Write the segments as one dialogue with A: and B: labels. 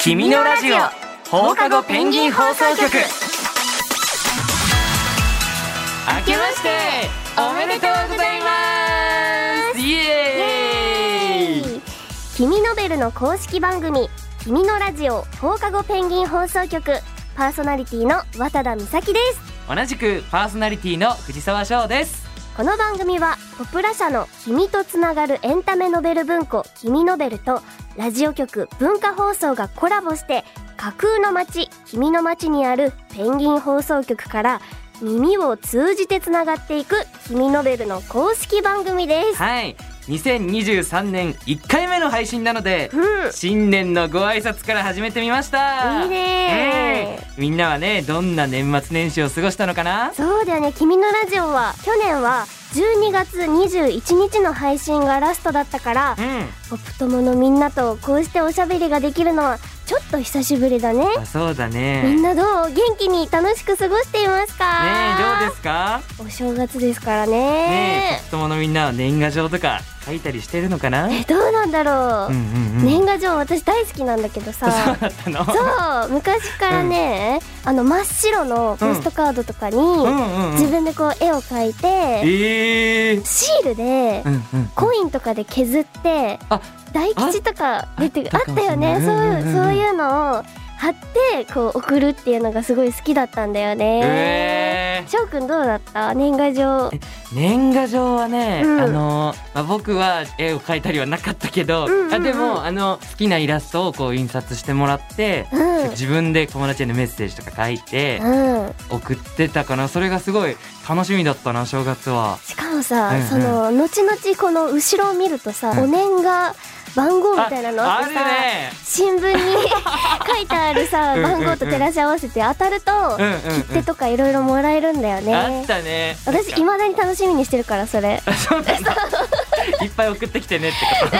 A: 君のラジオ放課後ペンギン放送局明けましておめでとうございますイエーイ
B: 君ノベルの公式番組「君のラジオ放課後ペンギン放送局」パーソナリティの渡田美咲です
A: 同じくパーソナリティの藤沢翔です
B: この番組はポプラ社の「君とつながるエンタメノベル文庫君ノベル」とラジオ局文化放送がコラボして架空の街君の街にあるペンギン放送局から耳を通じてつながっていく君ノベルの公式番組です。
A: はい2023年1回目の配信なので
B: うん
A: 新年のご挨拶から始めてみました
B: いいね
A: えみんなはねどんな年末年始を過ごしたのかな
B: そうだよね「君のラジオは」去年は12月21日の配信がラストだったから
A: うん
B: ポップ友のみんなとこうしておしゃべりができるのはちょっと久しぶりだね
A: あそうだね
B: みんな
A: ね
B: どう元気に楽しく過ごしています
A: え
B: か
A: どうですか
B: お正月ですから
A: ねえ
B: ね
A: ポップ友のみんなは年賀状とか書いたりしてるのかな
B: えどうなんだろ
A: う
B: う、
A: んうんうん
B: 年賀状私大好きなんだけど
A: そう
B: さ
A: だったの
B: そう昔からね、あの真っ白のポストカードとかに
A: んうんうん
B: 自分でこう絵を描いて
A: ええー
B: シールで
A: うんうん
B: コインとかで削って
A: あ
B: 大吉とか出てあ
A: ああ
B: っ
A: ったかも
B: たよね
A: しれ
B: そ
A: ないううんうんうん
B: そういうのを貼ってこう送るっていうのがすごい好きだったんだよね
A: えー
B: 翔くんどうだった年賀状
A: 年賀状はね、
B: うん
A: あのまあ、僕は絵を描いたりはなかったけど、
B: うんうんうん
A: あでもあの好きなイラストをこう印刷してもらって、
B: うん
A: 自分で友達へのメッセージとか書いて
B: うん
A: 送ってたかなそれがすごい楽しみだったな正月は。
B: しかもさ、
A: うんうん
B: その後々この後ろを見るとさ、お年賀番号みたいなの
A: あ
B: あ
A: あ
B: っ
A: る
B: てさ、
A: ね
B: 新聞に 書いてあるさ
A: うんうんうん
B: 番号と照らし合わせて当たると
A: うんうん
B: 切手とかいろいろもらえるんだよ
A: うん、あ
B: ね
A: っ。たね
B: 私未だに楽しみにしてるからそ れ
A: いっぱい送ってきてねってこ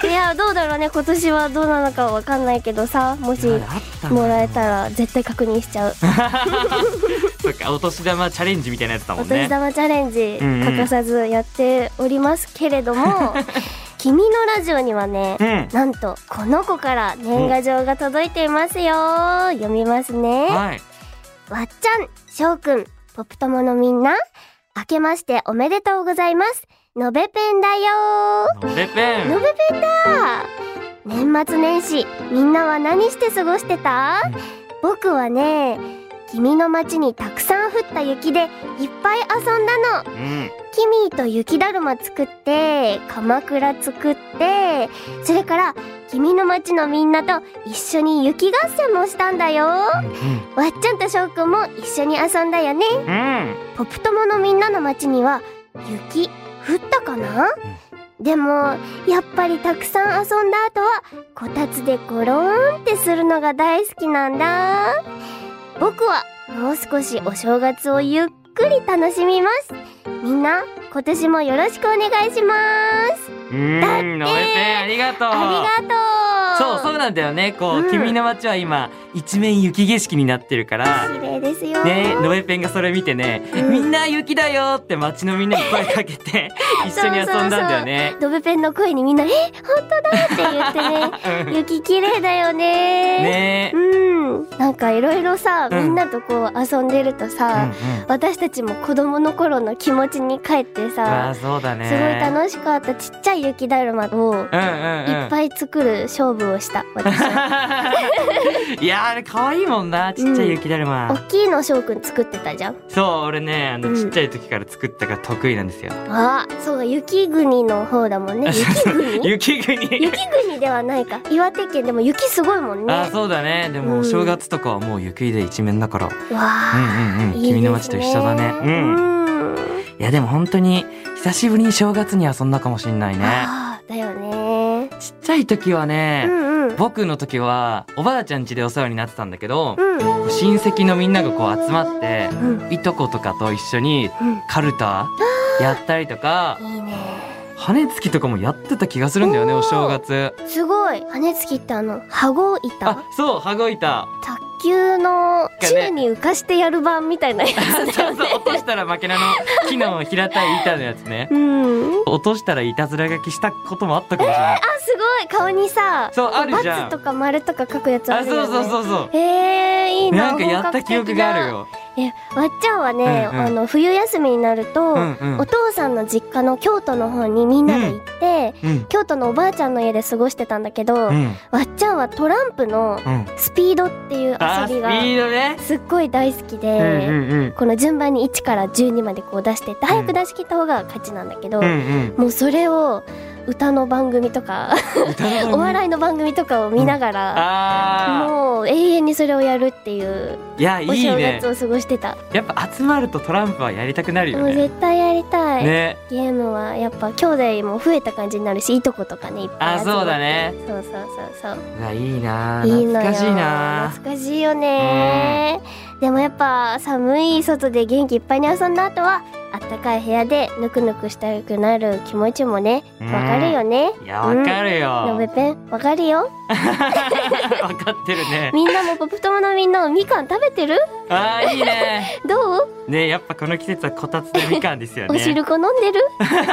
A: と
B: いやどうだろうね今年はどうなのかわかんないけどさもし
A: いやあったな
B: もらえたら絶対確認しちゃう
A: そっかお年玉チャレンジみたいなやつだ
B: お
A: もん
B: 年
A: ね
B: 玉チャレンジ
A: うんうん
B: 欠かさずやっておりますけれども 君のラジオにはね
A: うん
B: なんとこの子から年賀状が届いていますよ読みますね
A: はい
B: わっちゃん、しょうくん、ポップ友のみんな、明けましておめでとうございます。のべペンだよ
A: のべペ
B: ー。の
A: ン
B: べペンだ年末年始、みんなは何して過ごしてた
A: うん
B: 僕はね、君の街にたくさん降った雪でいっぱい遊んだの。
A: うん
B: キミーと雪だるま作って、鎌倉作って、それから君の街のみんなと一緒に雪合戦もしたんだよ。
A: うん
B: わっちゃんとしょうくんも一緒に遊んだよね。
A: うんうん
B: ポプ友のみんなの町には雪降ったかな、でもやっぱりたくさん遊んだ後はこたつでゴローンってするのが大好きなんだ僕はもう少しお正月をゆっくり楽しみますみんな今年もよろしくお願いします
A: うーん、のべペンありがとう。
B: ありがと
A: そううそうなんだよねこう、
B: うん
A: 君の街は今一面雪景色になってるから
B: 綺麗ですよ
A: ねのべペンがそれ見てね、
B: うん
A: みんな雪だよって街のみんなに声か けて一緒に遊んだんだよね
B: ドブペンの声にみんな「え本当だ!」って言 ってね
A: うん
B: 雪綺麗だよね
A: ね
B: うん、なんかいろいろさ、
A: うん
B: みんなとこう遊んでると
A: うんう
B: さ、
A: ん
B: 私たちも子供の頃の気持ちに帰って
A: あ
B: さ、
A: ーそうだね
B: すごい楽しかったちっちゃい雪だるまを
A: うんうんうん
B: いっぱい作る勝負をした私
A: いやーあれ可愛いもんなちっちゃい雪だるま、
B: 大きいの翔くん作ってたじゃん
A: そう俺ねあ
B: う
A: の
B: ん
A: ちっちゃい時から作ったから得意なんですよ、
B: あそうだ雪国の方だもんね雪国
A: 雪国
B: 雪国ではないか岩手県でも雪すごいもんね
A: あ
B: わ
A: ーそうだねでもお正月とかはもう雪で一面だから、
B: あ、
A: うんうん
B: いいで
A: うん
B: すね
A: 君の街と一緒だねうん
B: うん、
A: いやでも本当に久しぶりに正月に遊んだかもしんないね
B: あーだよね
A: ちっちゃい時は
B: う
A: ね、
B: んうん
A: 僕の時はおばあちゃん家でお世話になってたんだけど、
B: うん
A: 親戚のみんながこう集まって、
B: うん
A: いとことかと一緒に
B: うん
A: カルタやったりとか
B: いいね
A: 羽根つきとかもやってた気がするんだよね
B: おー
A: お正月
B: すごい羽根つきってあの羽子板
A: あそう羽子板
B: 卓球の宙に浮かしてやる版みたいなやつだ
A: そ
B: よ
A: うそう
B: ね。
A: 落としたら負けなの木の平たい板のやつね
B: うん。
A: 落としたらいたずら書きしたこともあったかもしれない
B: あ、すごい顔にさ、
A: そうあるじゃん
B: バツとか丸とか書くやつあ
A: あ
B: るよ、ね。
A: そうそうそうそう
B: へえいいな。
A: なんかやった記憶があるよ
B: え、わっちゃんはね、
A: うんうん
B: あの冬休みになると、
A: うんうん
B: お父さんの実家の京都の方にみんなで行って、
A: うん
B: 京都のおばあちゃんの家で過ごしてたんだけど、
A: う
B: わ
A: ん
B: っちゃんはトランプの
A: うん
B: スピードっていう
A: あー
B: 遊
A: スピ
B: びが
A: ードね
B: すっごい大好きで、
A: うんうんうん
B: この順番に1から12までこう出してって早く出し切った方が勝ちなんだけど、
A: うん
B: もうそれを歌の番組とか
A: うん歌の番 組
B: お笑いの番組とかを見ながら、
A: あ
B: もう永遠にそれをやるっていう
A: ーいやいい
B: お正
A: ね
B: 月を過ごしてた。
A: やっぱ集まるとトランプはやりたくなる
B: も
A: よ
B: う
A: ね
B: 絶対やりたい、
A: ね
B: ゲームはやっぱ兄弟も増えた感じになるしいとことかねいっぱい集まって
A: あそうだね
B: そうそうそうそう
A: うわいいなあ
B: いい
A: 懐
B: のよ
A: かしいな
B: 懐かしいよねでもやっぱ寒い外で元気いっぱいに遊んだ後はあったかい部屋でぬくぬくしたくなる気持ちもね
A: う
B: わ
A: ん
B: かるよね
A: いやわかるよ
B: のべペンわかるよ
A: わかってるね
B: みんなもポップ友のみんなもみかん食べてる
A: あーいいね
B: どう、
A: ねやっぱこの季節はこたつでみかんですよね
B: お汁粉飲んでる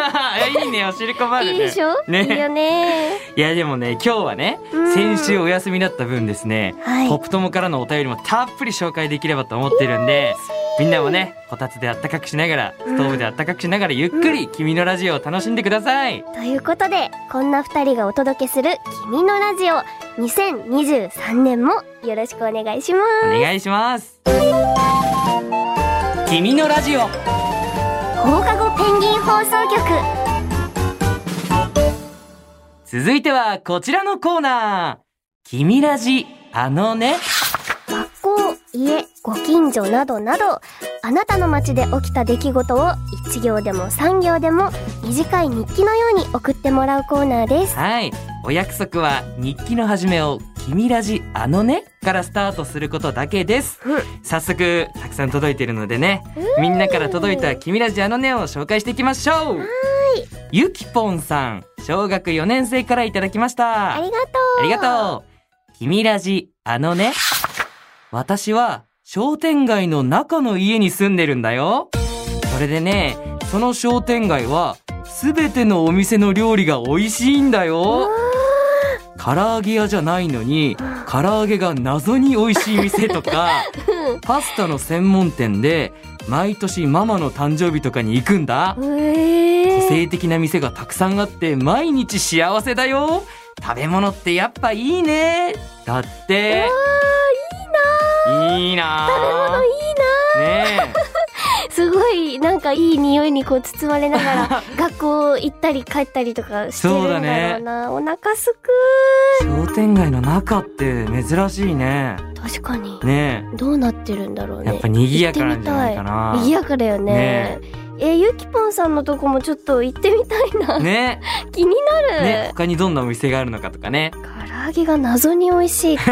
A: いいねおしるこまで
B: いい
A: ね
B: でしょ、
A: ね
B: いいよね
A: いやでもね今日はね
B: うん
A: 先週お休みだった分ですね、
B: はい
A: ポップ友からのお便りもたっぷり紹介できればと思ってるんでみんなもねこたつであったかくしながらストーブであったかくしながらゆっくり君のラジオを楽しんでください、
B: ということでこんな二人がお届けする「君のラジオ」2023年もよろしくお願いしま
A: お願いします君のラジオ
B: す放課後ペンギン放送局
A: 続いてはこちらのコーナー君ラジあのね
B: 学校家ご近所などなどあなたの街で起きた出来事を1行でも3行でも短い日記のように送ってもらうコーナーです
A: はいお約束は日記の始めを君ラジあのねからスタートすることだけです
B: うん
A: 早速たくさん届いているのでねみんなから届いた君ラジあのねを紹介していきましょうゆきぽんさん小学4年生からいただきました
B: ありがとう
A: ありがとう。君ラジ、あのね。私は商店街の中の家に住んでるんだよ。それでね、その商店街は、すべてのお店の料理が美味しいんだよ。唐揚げ屋じゃないのに、唐揚げが謎に美味しい店とか、パスタの専門店で、毎年ママの誕生日とかに行くんだ。
B: うえ
A: 個
B: ー、
A: 性的な店がたくさんあって毎日幸せだよ食べ物ってやっぱいいねだっていいな
B: あいいな
A: ね
B: すごいなんかいい匂いにこう包まれなが ら学校行ったり帰ったりとかしてるんだろうな
A: そう
B: お腹すく
A: え商店街の中って珍しいね
B: 確かに
A: ね
B: どうなってるんだろう
A: え
B: ね
A: やっぱ賑やかなんじゃない
B: 行
A: か
B: ってみたい賑
A: な
B: やかだよねえゆきぽんさんのとこもちょっと行ってみたいな、
A: ね
B: 気になる、
A: えね他にどんなお店があるのかとかね
B: 唐揚げが謎に美味しい って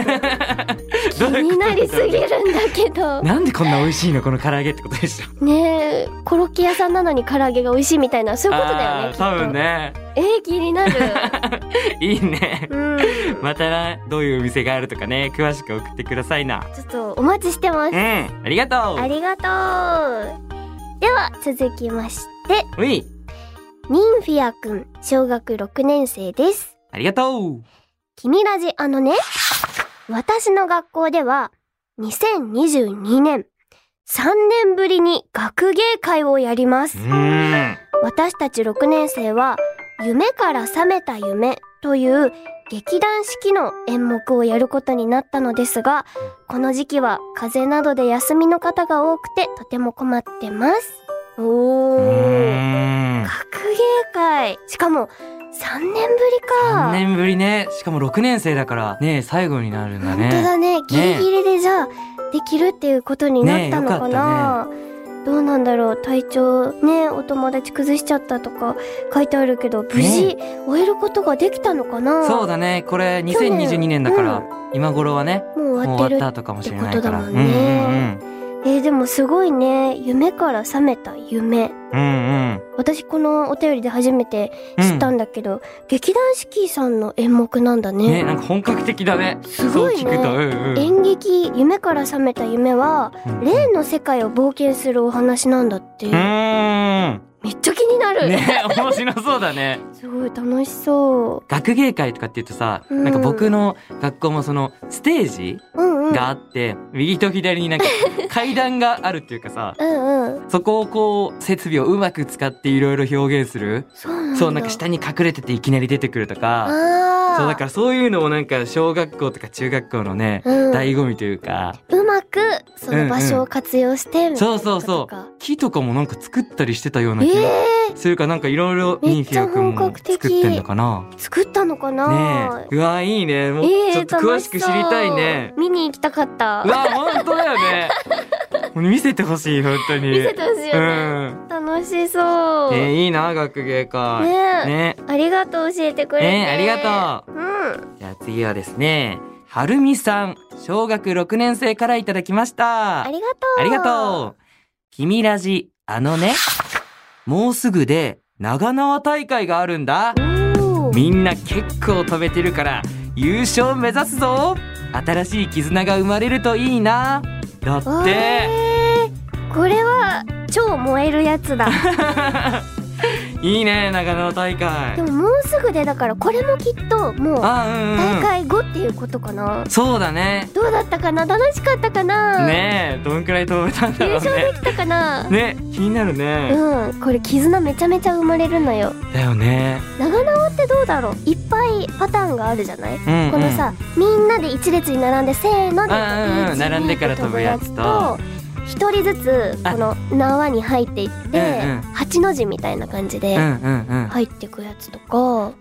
B: 気
A: どういう
B: に
A: こと
B: なりすぎるんだけど
A: なんでこんな美味しいのこの唐揚げってことでしょ
B: ねえコロッケ屋さんなのに唐揚げが美味しいみたいなそういうことだよねきっ
A: あー
B: と
A: 多分ね
B: えー、気になる
A: いいね
B: うん
A: またなどういうお店があるとかね詳しく送ってくださいな
B: ちょっとお待ちしてます
A: うんありがとう
B: ありがとうでは続きまして
A: うい
B: ニンフィアくん小学6年生です
A: ありがとう
B: 君ラジあのね私の学校では2022年3年ぶりに学芸会をやります
A: うん
B: 私たち6年生は夢から覚めた夢という劇団四季の演目をやることになったのですがこの時期は風邪などで休みの方が多くてとても困ってますおー学芸会しかも3年ぶりか
A: 3年ぶりねしかも6年生だからね最後になるんだ
B: 本当
A: ね
B: だねギリギリでじゃあできるっていうことになったのか
A: ねえよ
B: な、
A: か
B: どうなんだろう体調ねお友達崩しちゃったとか書いてあるけど無事終えることができたのかな、
A: そうだねこれ2022年だから今頃はね
B: もう
A: もう
B: 終わって
A: 終
B: る
A: わったとかもしれないから
B: って
A: うん
B: ことだも
A: う
B: んね
A: んうん
B: えー、でもすごいね。夢から覚めた夢。
A: うんうん。
B: 私このお便りで初めて知ったんだけど、劇団四季さんの演目なんだ
A: ね、
B: ね。
A: なんか本格的だね。
B: すごい
A: そう聞くと、う
B: ね。
A: んうん。
B: 演劇「夢から覚めた夢は」
A: うん
B: 霊の世界を冒険するお話なんだって、
A: うーん。
B: めっちゃ気になる、
A: ね、面白そう だね。
B: すごい楽しそ
A: 学芸会とかっていうとさ、
B: うん
A: なんか僕の学校もそのステージ
B: ううんうん
A: があって、右と左になんか 階段があるっていうかさ、
B: うんうん
A: そこをこう設備をうまく使っていろいろ表現する。
B: そうなんだ
A: そうなんか下に隠れてていきなり出てくるとか、
B: あー
A: そうだからそういうのをなんか小学校とか中学校のね、
B: うん
A: 醍醐味というか、
B: うまくその場所を活用してみたい
A: そう
B: な
A: そ
B: こ
A: うそ
B: と
A: う
B: か。
A: 木とかもなんか作ったりしてたような気が
B: え
A: するかなんかいろいろミーフィア君も
B: めっちゃ本格
A: 作っ
B: 的
A: てんのかな。
B: ー、作ったのかな、
A: ねえ、うわいいね、もう
B: ええ
A: ちょっと詳しく知りたい
B: 楽
A: ね
B: し。そう見に行きたかった
A: うわ本当だよ ね。もう見せてほしい本当に。
B: 見せてほしいよね、
A: うん。
B: 楽しそう、
A: えいいな学芸会。
B: ねえ
A: ね
B: ありがとう教えてくれて、
A: ねえありが
B: とううん
A: じゃあ次はですね、はるみさん、小学6年生からいただきました。
B: ありがとう
A: ありがとう。君ラジ、あのね、もうすぐで長縄大会があるんだ。
B: おー
A: みんな結構飛べてるから優勝目指すぞ新しい絆が生まれるといいなだ
B: あ
A: って
B: ーこれは超燃えるやつだ
A: いいね長野大
B: で
A: 会
B: ももうすぐでだからこれもきっともう
A: あうんうん
B: 大
A: う
B: 会
A: ん
B: 後っていうことかな、
A: そうだね
B: どうだったかな楽しかったかな、
A: ねえどんくらい飛べたんだ
B: 優
A: ろう
B: 勝
A: ね
B: できたかな、
A: ね気になるね
B: うんこれ絆めちゃめちゃ生まれるのよ
A: だよね
B: 長縄ってどうだろういっぱいパターンがあるじゃない、
A: うんうん
B: このさみんなで一列に並んでせーので
A: うんうんうん
B: 一
A: 並んでから飛ぶやつと
B: 一人ずつこの縄に入っていって、
A: うんうん
B: 八の字みたいな感じ
A: うん
B: で
A: うんうん
B: 入ってくやつとか、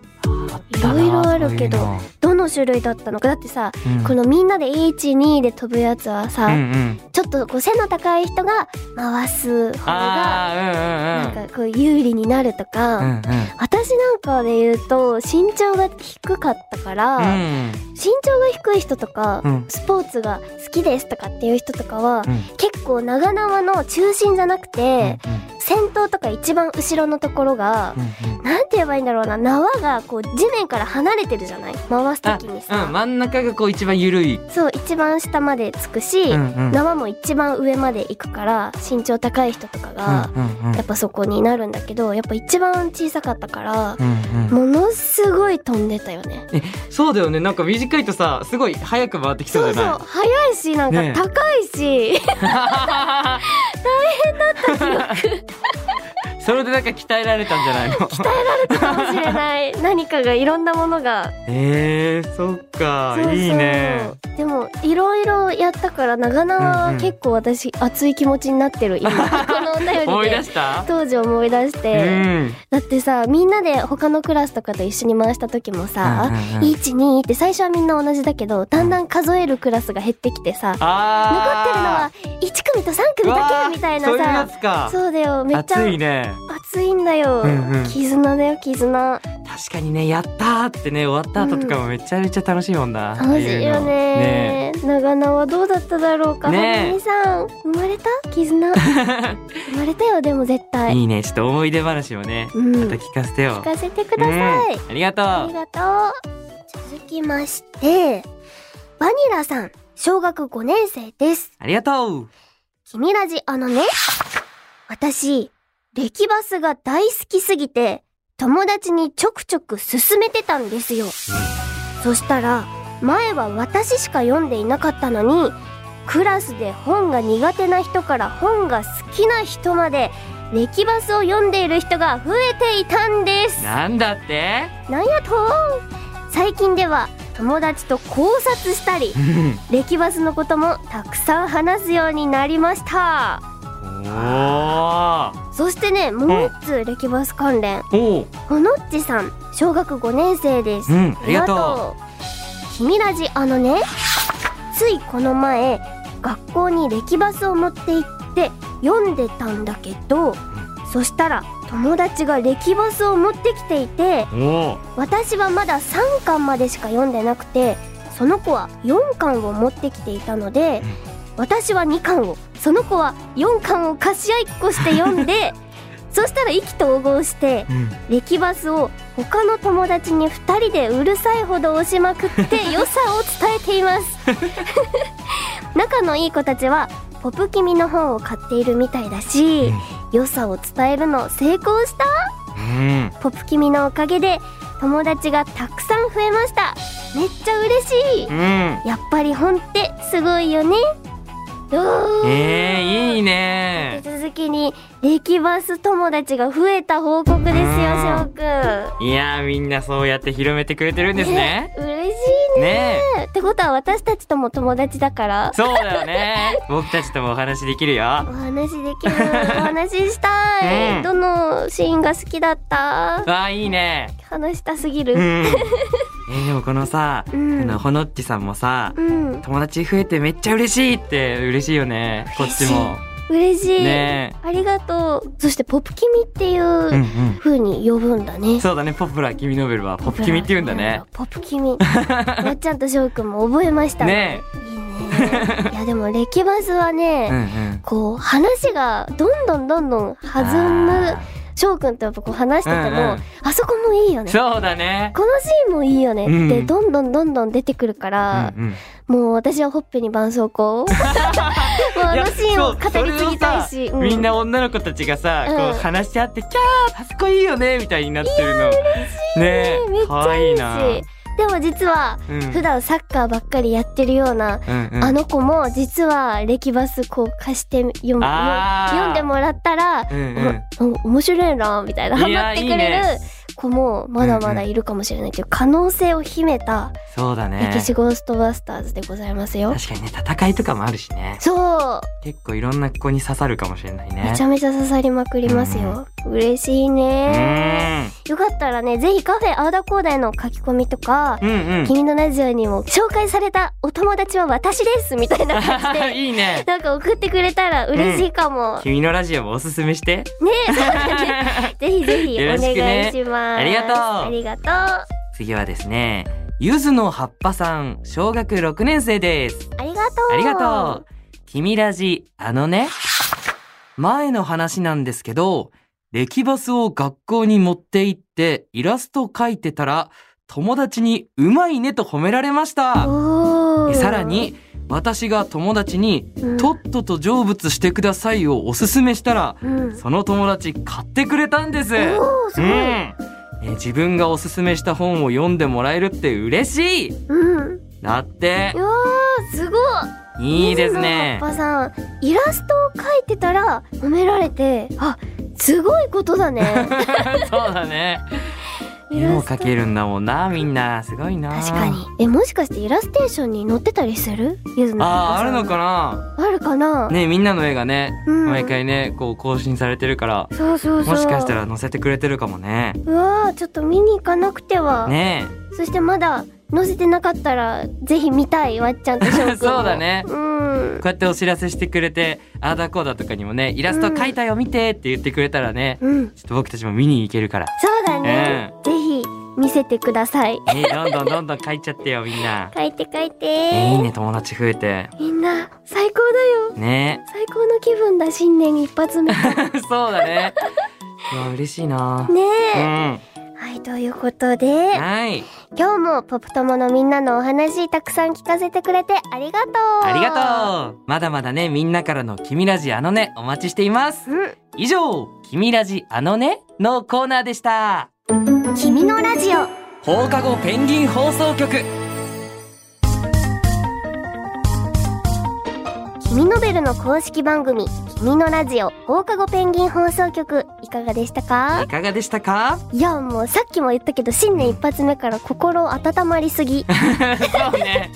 A: あっ
B: い
A: たな
B: ろいろあるけど
A: そう
B: どの種類だったのかだってさ、
A: いうのうん
B: このみんなで12で飛ぶやつはさ、
A: うんうん
B: ちょっとこう背の高い人が回す方がな
A: あ
B: ん
A: ー
B: かこう有利になるとか、
A: うんうんうん
B: 私なんかで言うと身長が低かったから、
A: うん
B: 身長が低い人とか、
A: うん
B: スポーツが好きですとかっていう人とかは、
A: うん
B: 結構長縄の中心じゃなくて、
A: うん
B: 先頭とか一番後ろのところが、
A: うんうん
B: なんて言えばいいんだろうな縄がこう地面から離れてるじゃない回す時にさ、
A: うん、真ん中がこう一番緩い。
B: そう一番下までつくし、
A: うんうん
B: 縄も一番上まで行くから身長高い人とかが、
A: うんうん
B: やっぱそこになるんだけどやっぱ一番小さかったから
A: う、んうん
B: ものすごい飛んでたよね。
A: そうだよね。なんか短いとさ、すごい早く回ってきそ
B: そうう
A: じ
B: そ
A: ゃないう
B: 早いしなん
A: ねえ
B: か高いし、
A: それでなんか鍛えられたんじゃないの
B: かもしれ ない何かがいろんなものが
A: えー、そっか
B: そうそう
A: いいね。
B: でもいろいろやったから長縄
A: うん
B: は
A: うん
B: 結構私熱い気持ちになって る今このお便
A: 思い
B: り
A: 出
B: で
A: した
B: 当時思い出し
A: う
B: て、
A: ん。
B: だってさみんなで他のクラスとかと一緒に回した時も
A: うん
B: さ、
A: うんうん
B: 12って最初はみんな同じだけどだんだん数えるクラスが減ってきてさ残ってるの
A: あ
B: は1組と3組だ
A: わー
B: けみたい
A: そういうや
B: な
A: つか
B: さ。そうだよめっちゃ
A: 熱いね。
B: 熱いんだよ、
A: うんうん
B: 絆だよ絆
A: 確かにね、やったーってね、終わった後とかもめちゃめちゃ楽しいもんな。
B: 楽しいよね
A: ね
B: 長菜はどうだっただろうか
A: ね
B: は
A: え
B: るみさん生まれた 絆生まれたよでも絶対
A: いいね、ちょっと思い出話をね、
B: うん
A: また聞かせてよ
B: 聞。かせてください、
A: うんありが
B: あ
A: と
B: り
A: う。
B: がとう続きましてバニラさん小学5年生です
A: ありがとう。
B: 君ラジあのね私歴バスが大好きすぎて友達にちょくちょく勧めてたんですよ、そしたら前は私しか読んでいなかったのにクラスで本が苦手な人から本が好きな人まで歴バスを読んでいる人が増えていたんです
A: なんだって。
B: なんやと最近では友達と考察したり歴バスのこともたくさん話すようになりました
A: お
B: そしてねもう一つ歴バス関連
A: お。おお。
B: ほのっちさん小学5年生です、
A: うんありがと
B: う君ラジあのねついこの前学校に歴バスを持って行って読んでたんだけどそしたら友達が歴バスを持ってきていて
A: う。おお。
B: 私はまだ3巻までしか読んでなくてその子は4巻を持ってきていたので、私は2巻をその子は4巻を貸し合いっこして読ん でそしたら意気投合して
A: うん
B: 歴バスを他の友達に2人でうるさいほど押しまくって良さを伝えています 仲のいい子たちはポプ君の本を買っているみたいだし、
A: うん
B: 良さを伝えるの成功した
A: うん
B: ポプ君のおかげで友達がたくさん増えましためっちゃ嬉しい
A: うん
B: やっぱり本ってすごいよねよー
A: えー、いいね
B: 手続きにレキバス友達が増えた報告ですよ
A: うん
B: 翔くん
A: いやーみんなそうやって広めてくれてるんですね
B: え嬉しいね
A: ね
B: ってことは私たちとも友達だから
A: えそうだよね僕たちともお話できる
B: お
A: よ
B: 話できる お話ししたい、
A: うん
B: どのシーンが好きだった
A: わあいいね
B: 話したすぎ
A: うん
B: る
A: えー、でもこのさ、
B: うん
A: あのほのっちさんもさ、
B: うん
A: 友達増えてめっちゃ嬉しいって嬉しいよねこっちも
B: 嬉しい、
A: ね
B: ありがとうそしてポップ君っていううん風に呼ぶんだ
A: う
B: ね
A: んそうだねポプラ君ノベルはポップ君って言うんだね
B: ポップ 君まっちゃんと翔くんも覚えました
A: ね
B: いい ねいやでもレキバスはね、
A: えうんうん
B: こう話がどんどんどんどん弾む
A: あ
B: 翔くんとやっぱこう話してても、
A: うんうん
B: あそこもいいよ
A: ー
B: ね
A: そうだね
B: このシーンもいいよね
A: うん
B: ってどんどんどんどん出てくるから、
A: うんうん
B: もう私はほっぺに絆創膏も うあ
A: いや
B: のシーンを語り継ぎたい
A: そうそれ
B: し
A: をさ
B: う
A: みんな女の子たちがさ、こ
B: うん
A: う話し合ってキャーあそこいいよねみたいになってるのね
B: めっ
A: え
B: ち
A: か
B: ゃ
A: わ
B: い
A: い
B: い
A: い
B: し
A: な
B: でも実は
A: うん
B: 普段サッカーばっかりやってるような
A: うんうん
B: あの子も実はレキバスこう貸して読む
A: あー
B: 読んでもらったら、
A: うんうん
B: おお面白いなみたいないハ
A: や
B: マってくれる
A: いいね
B: 子もまだまだいるかもしれないという可能性を秘めた
A: そうだね
B: 歴史ゴーストバスターズでございますよ。
A: 確かにね戦いとかもあるしね
B: そう
A: 結構いろんな子に刺さるかもしれないね
B: めちゃめちゃ刺さりまくりますよ。嬉しいね。よかったらねぜひカフェアーダコーダイの書き込みとか
A: うんうん うん
B: 君のラジオにも紹介されたお友達は私ですみたいな感じで
A: いいね
B: なんか送ってくれたら嬉しいかも。
A: 君のラジオもおすす めして
B: ねそうだ ねぜひぜひお
A: よろしく
B: 願
A: ね
B: いします。
A: ありがとう
B: ありがとう。
A: 次はですねゆずの葉っぱさん小学6年生です
B: ありがとう。
A: ありがとう。君ラジ、あのね。前の話なんですけど、歴バスを学校に持って行ってイラスト描いてたら、友達にうまいねと褒められました。
B: おー
A: さら、に、私が友達に、
B: うん
A: とっとと成仏してくださいをおすすめしたら、
B: うん、
A: その友達買ってくれたんです。
B: おーすご
A: う
B: い、
A: んね自分がおすすめした本を読んでもらえるって嬉しい
B: うん、
A: だって
B: う、わーすごい
A: いいですね。
B: 水野葉っぱさんイラストを描いてたら褒められてあすごいこと だね
A: そうだね。
B: イ
A: 絵
B: ラ
A: も
B: スト
A: 描けるんだもんな、みんな。すごいな。
B: 確かに。えもしかしてイラステーションに載ってたりするゆずの葉
A: あ
B: っぱ
A: あ、あ
B: さ
A: る
B: ん
A: のかな
B: あるかな、
A: ねみんなの絵がね、
B: うん
A: 毎回ね、こう更新されてるから、
B: そうそうそう
A: もしかしたら載せてくれてるかもね。
B: うわーちょっと見に行かなくては、
A: ね
B: そしてまだ載せてなかったらぜひ見たいわっちゃんとしょうくんも
A: そうだね
B: うん
A: こうやってお知らせしてくれて、あーだこうだとかにもね、イラスト描いたよ、見てって言ってくれたらね、
B: うん
A: ちょっと僕たちも見に行けるから。
B: そうだね、ぜひ見せてください
A: ねどんどんどんどん描いちゃってよ、みんな。
B: 書いて書いて、
A: ねいいね、友達増えて。
B: みんな最高だよ
A: ね
B: 最高の気分だ新年一発目ね
A: そうだね。うわ、嬉しいな。う
B: え、
A: ん。
B: はいということで
A: はい。
B: 今日もポップ友のみんなのお話たくさん聞かせてくれてありがとう
A: ありがとうまだまだね、みんなからの君ラジあのね、お待ちしています
B: う
A: 以上、君ラジあのねのコーナーでした
B: ん君のラジオ
A: 放課後ペンギン放送局
B: 君ノベルの公式番組君のラジオ放課後ペンギン放送局いかがでしたか
A: いかがでした か
B: いやもうさっきも言ったけど新年一発目から心温まりす ぎ
A: そうね。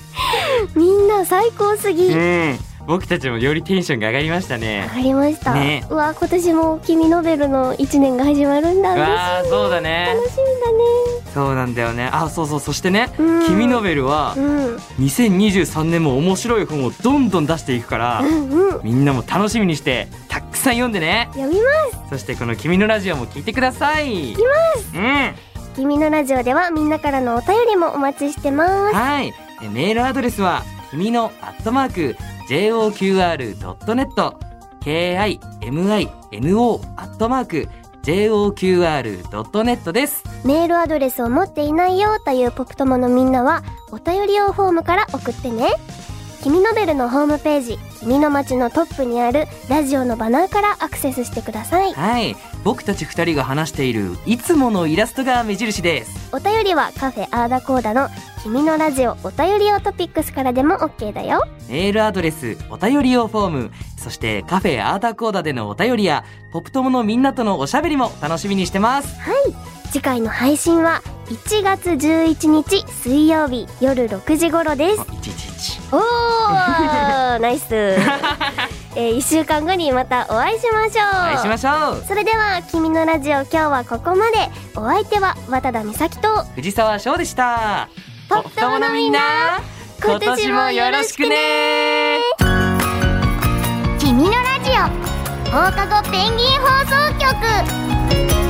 B: みんな最高すぎ
A: うん。僕たちもよりテンションが上がりました
B: わ
A: ね。
B: かりました。
A: ね
B: うわ今年も君ノベルの一年が始まるんだ。
A: う
B: 嬉
A: わあ、そうだね。
B: しい楽しみ
A: そうなんだよね。あ、そうそう。そしてね、
B: だね。うん、
A: 君ノベルは
B: うん
A: 2023年も面白い本をどんどん出していくから
B: う、んうん。
A: みんなも楽しみにして、たくさん読んでね。
B: 読みま
A: そしてこの君のラジオも聞いてください。いきます。うん。
B: す。君のラジオではみんなからのお便りもお待ちしてます。
A: はい。えメールアドレスは、君のアットマーク、 joqr.net kimino アットマーク joqr.net です
B: メールアドレスを持っていないよというポプトモのみんなはお便り用フォームから送ってね君のベルのホームページ「君の街」のトップにあるラジオのバナーからアクセスしてください
A: はい僕たち二人が話しているいつものイラストが目印です
B: お便りはカフェアーダコーダの「君のラジオお便り用トピックス」からでも OK だよ
A: メールアドレスお便り用フォームそしてカフェアーダコーダでのお便りやポプトモのみんなとのおしゃべりも楽しみにしてます
B: 次回の配信は1月11日水曜日夜6時頃です
A: あいちいちいち
B: おーナイ ス、えー、1週間後にまたお会いしましょう
A: お会いしましょう
B: それでは「君のラジオ」今日はここまでお相手は渡田美咲と
A: 藤沢翔でした
B: ポットモのみんな今年もよろしく
A: ね
B: 「君のラジオ」放課後ペンギン放送局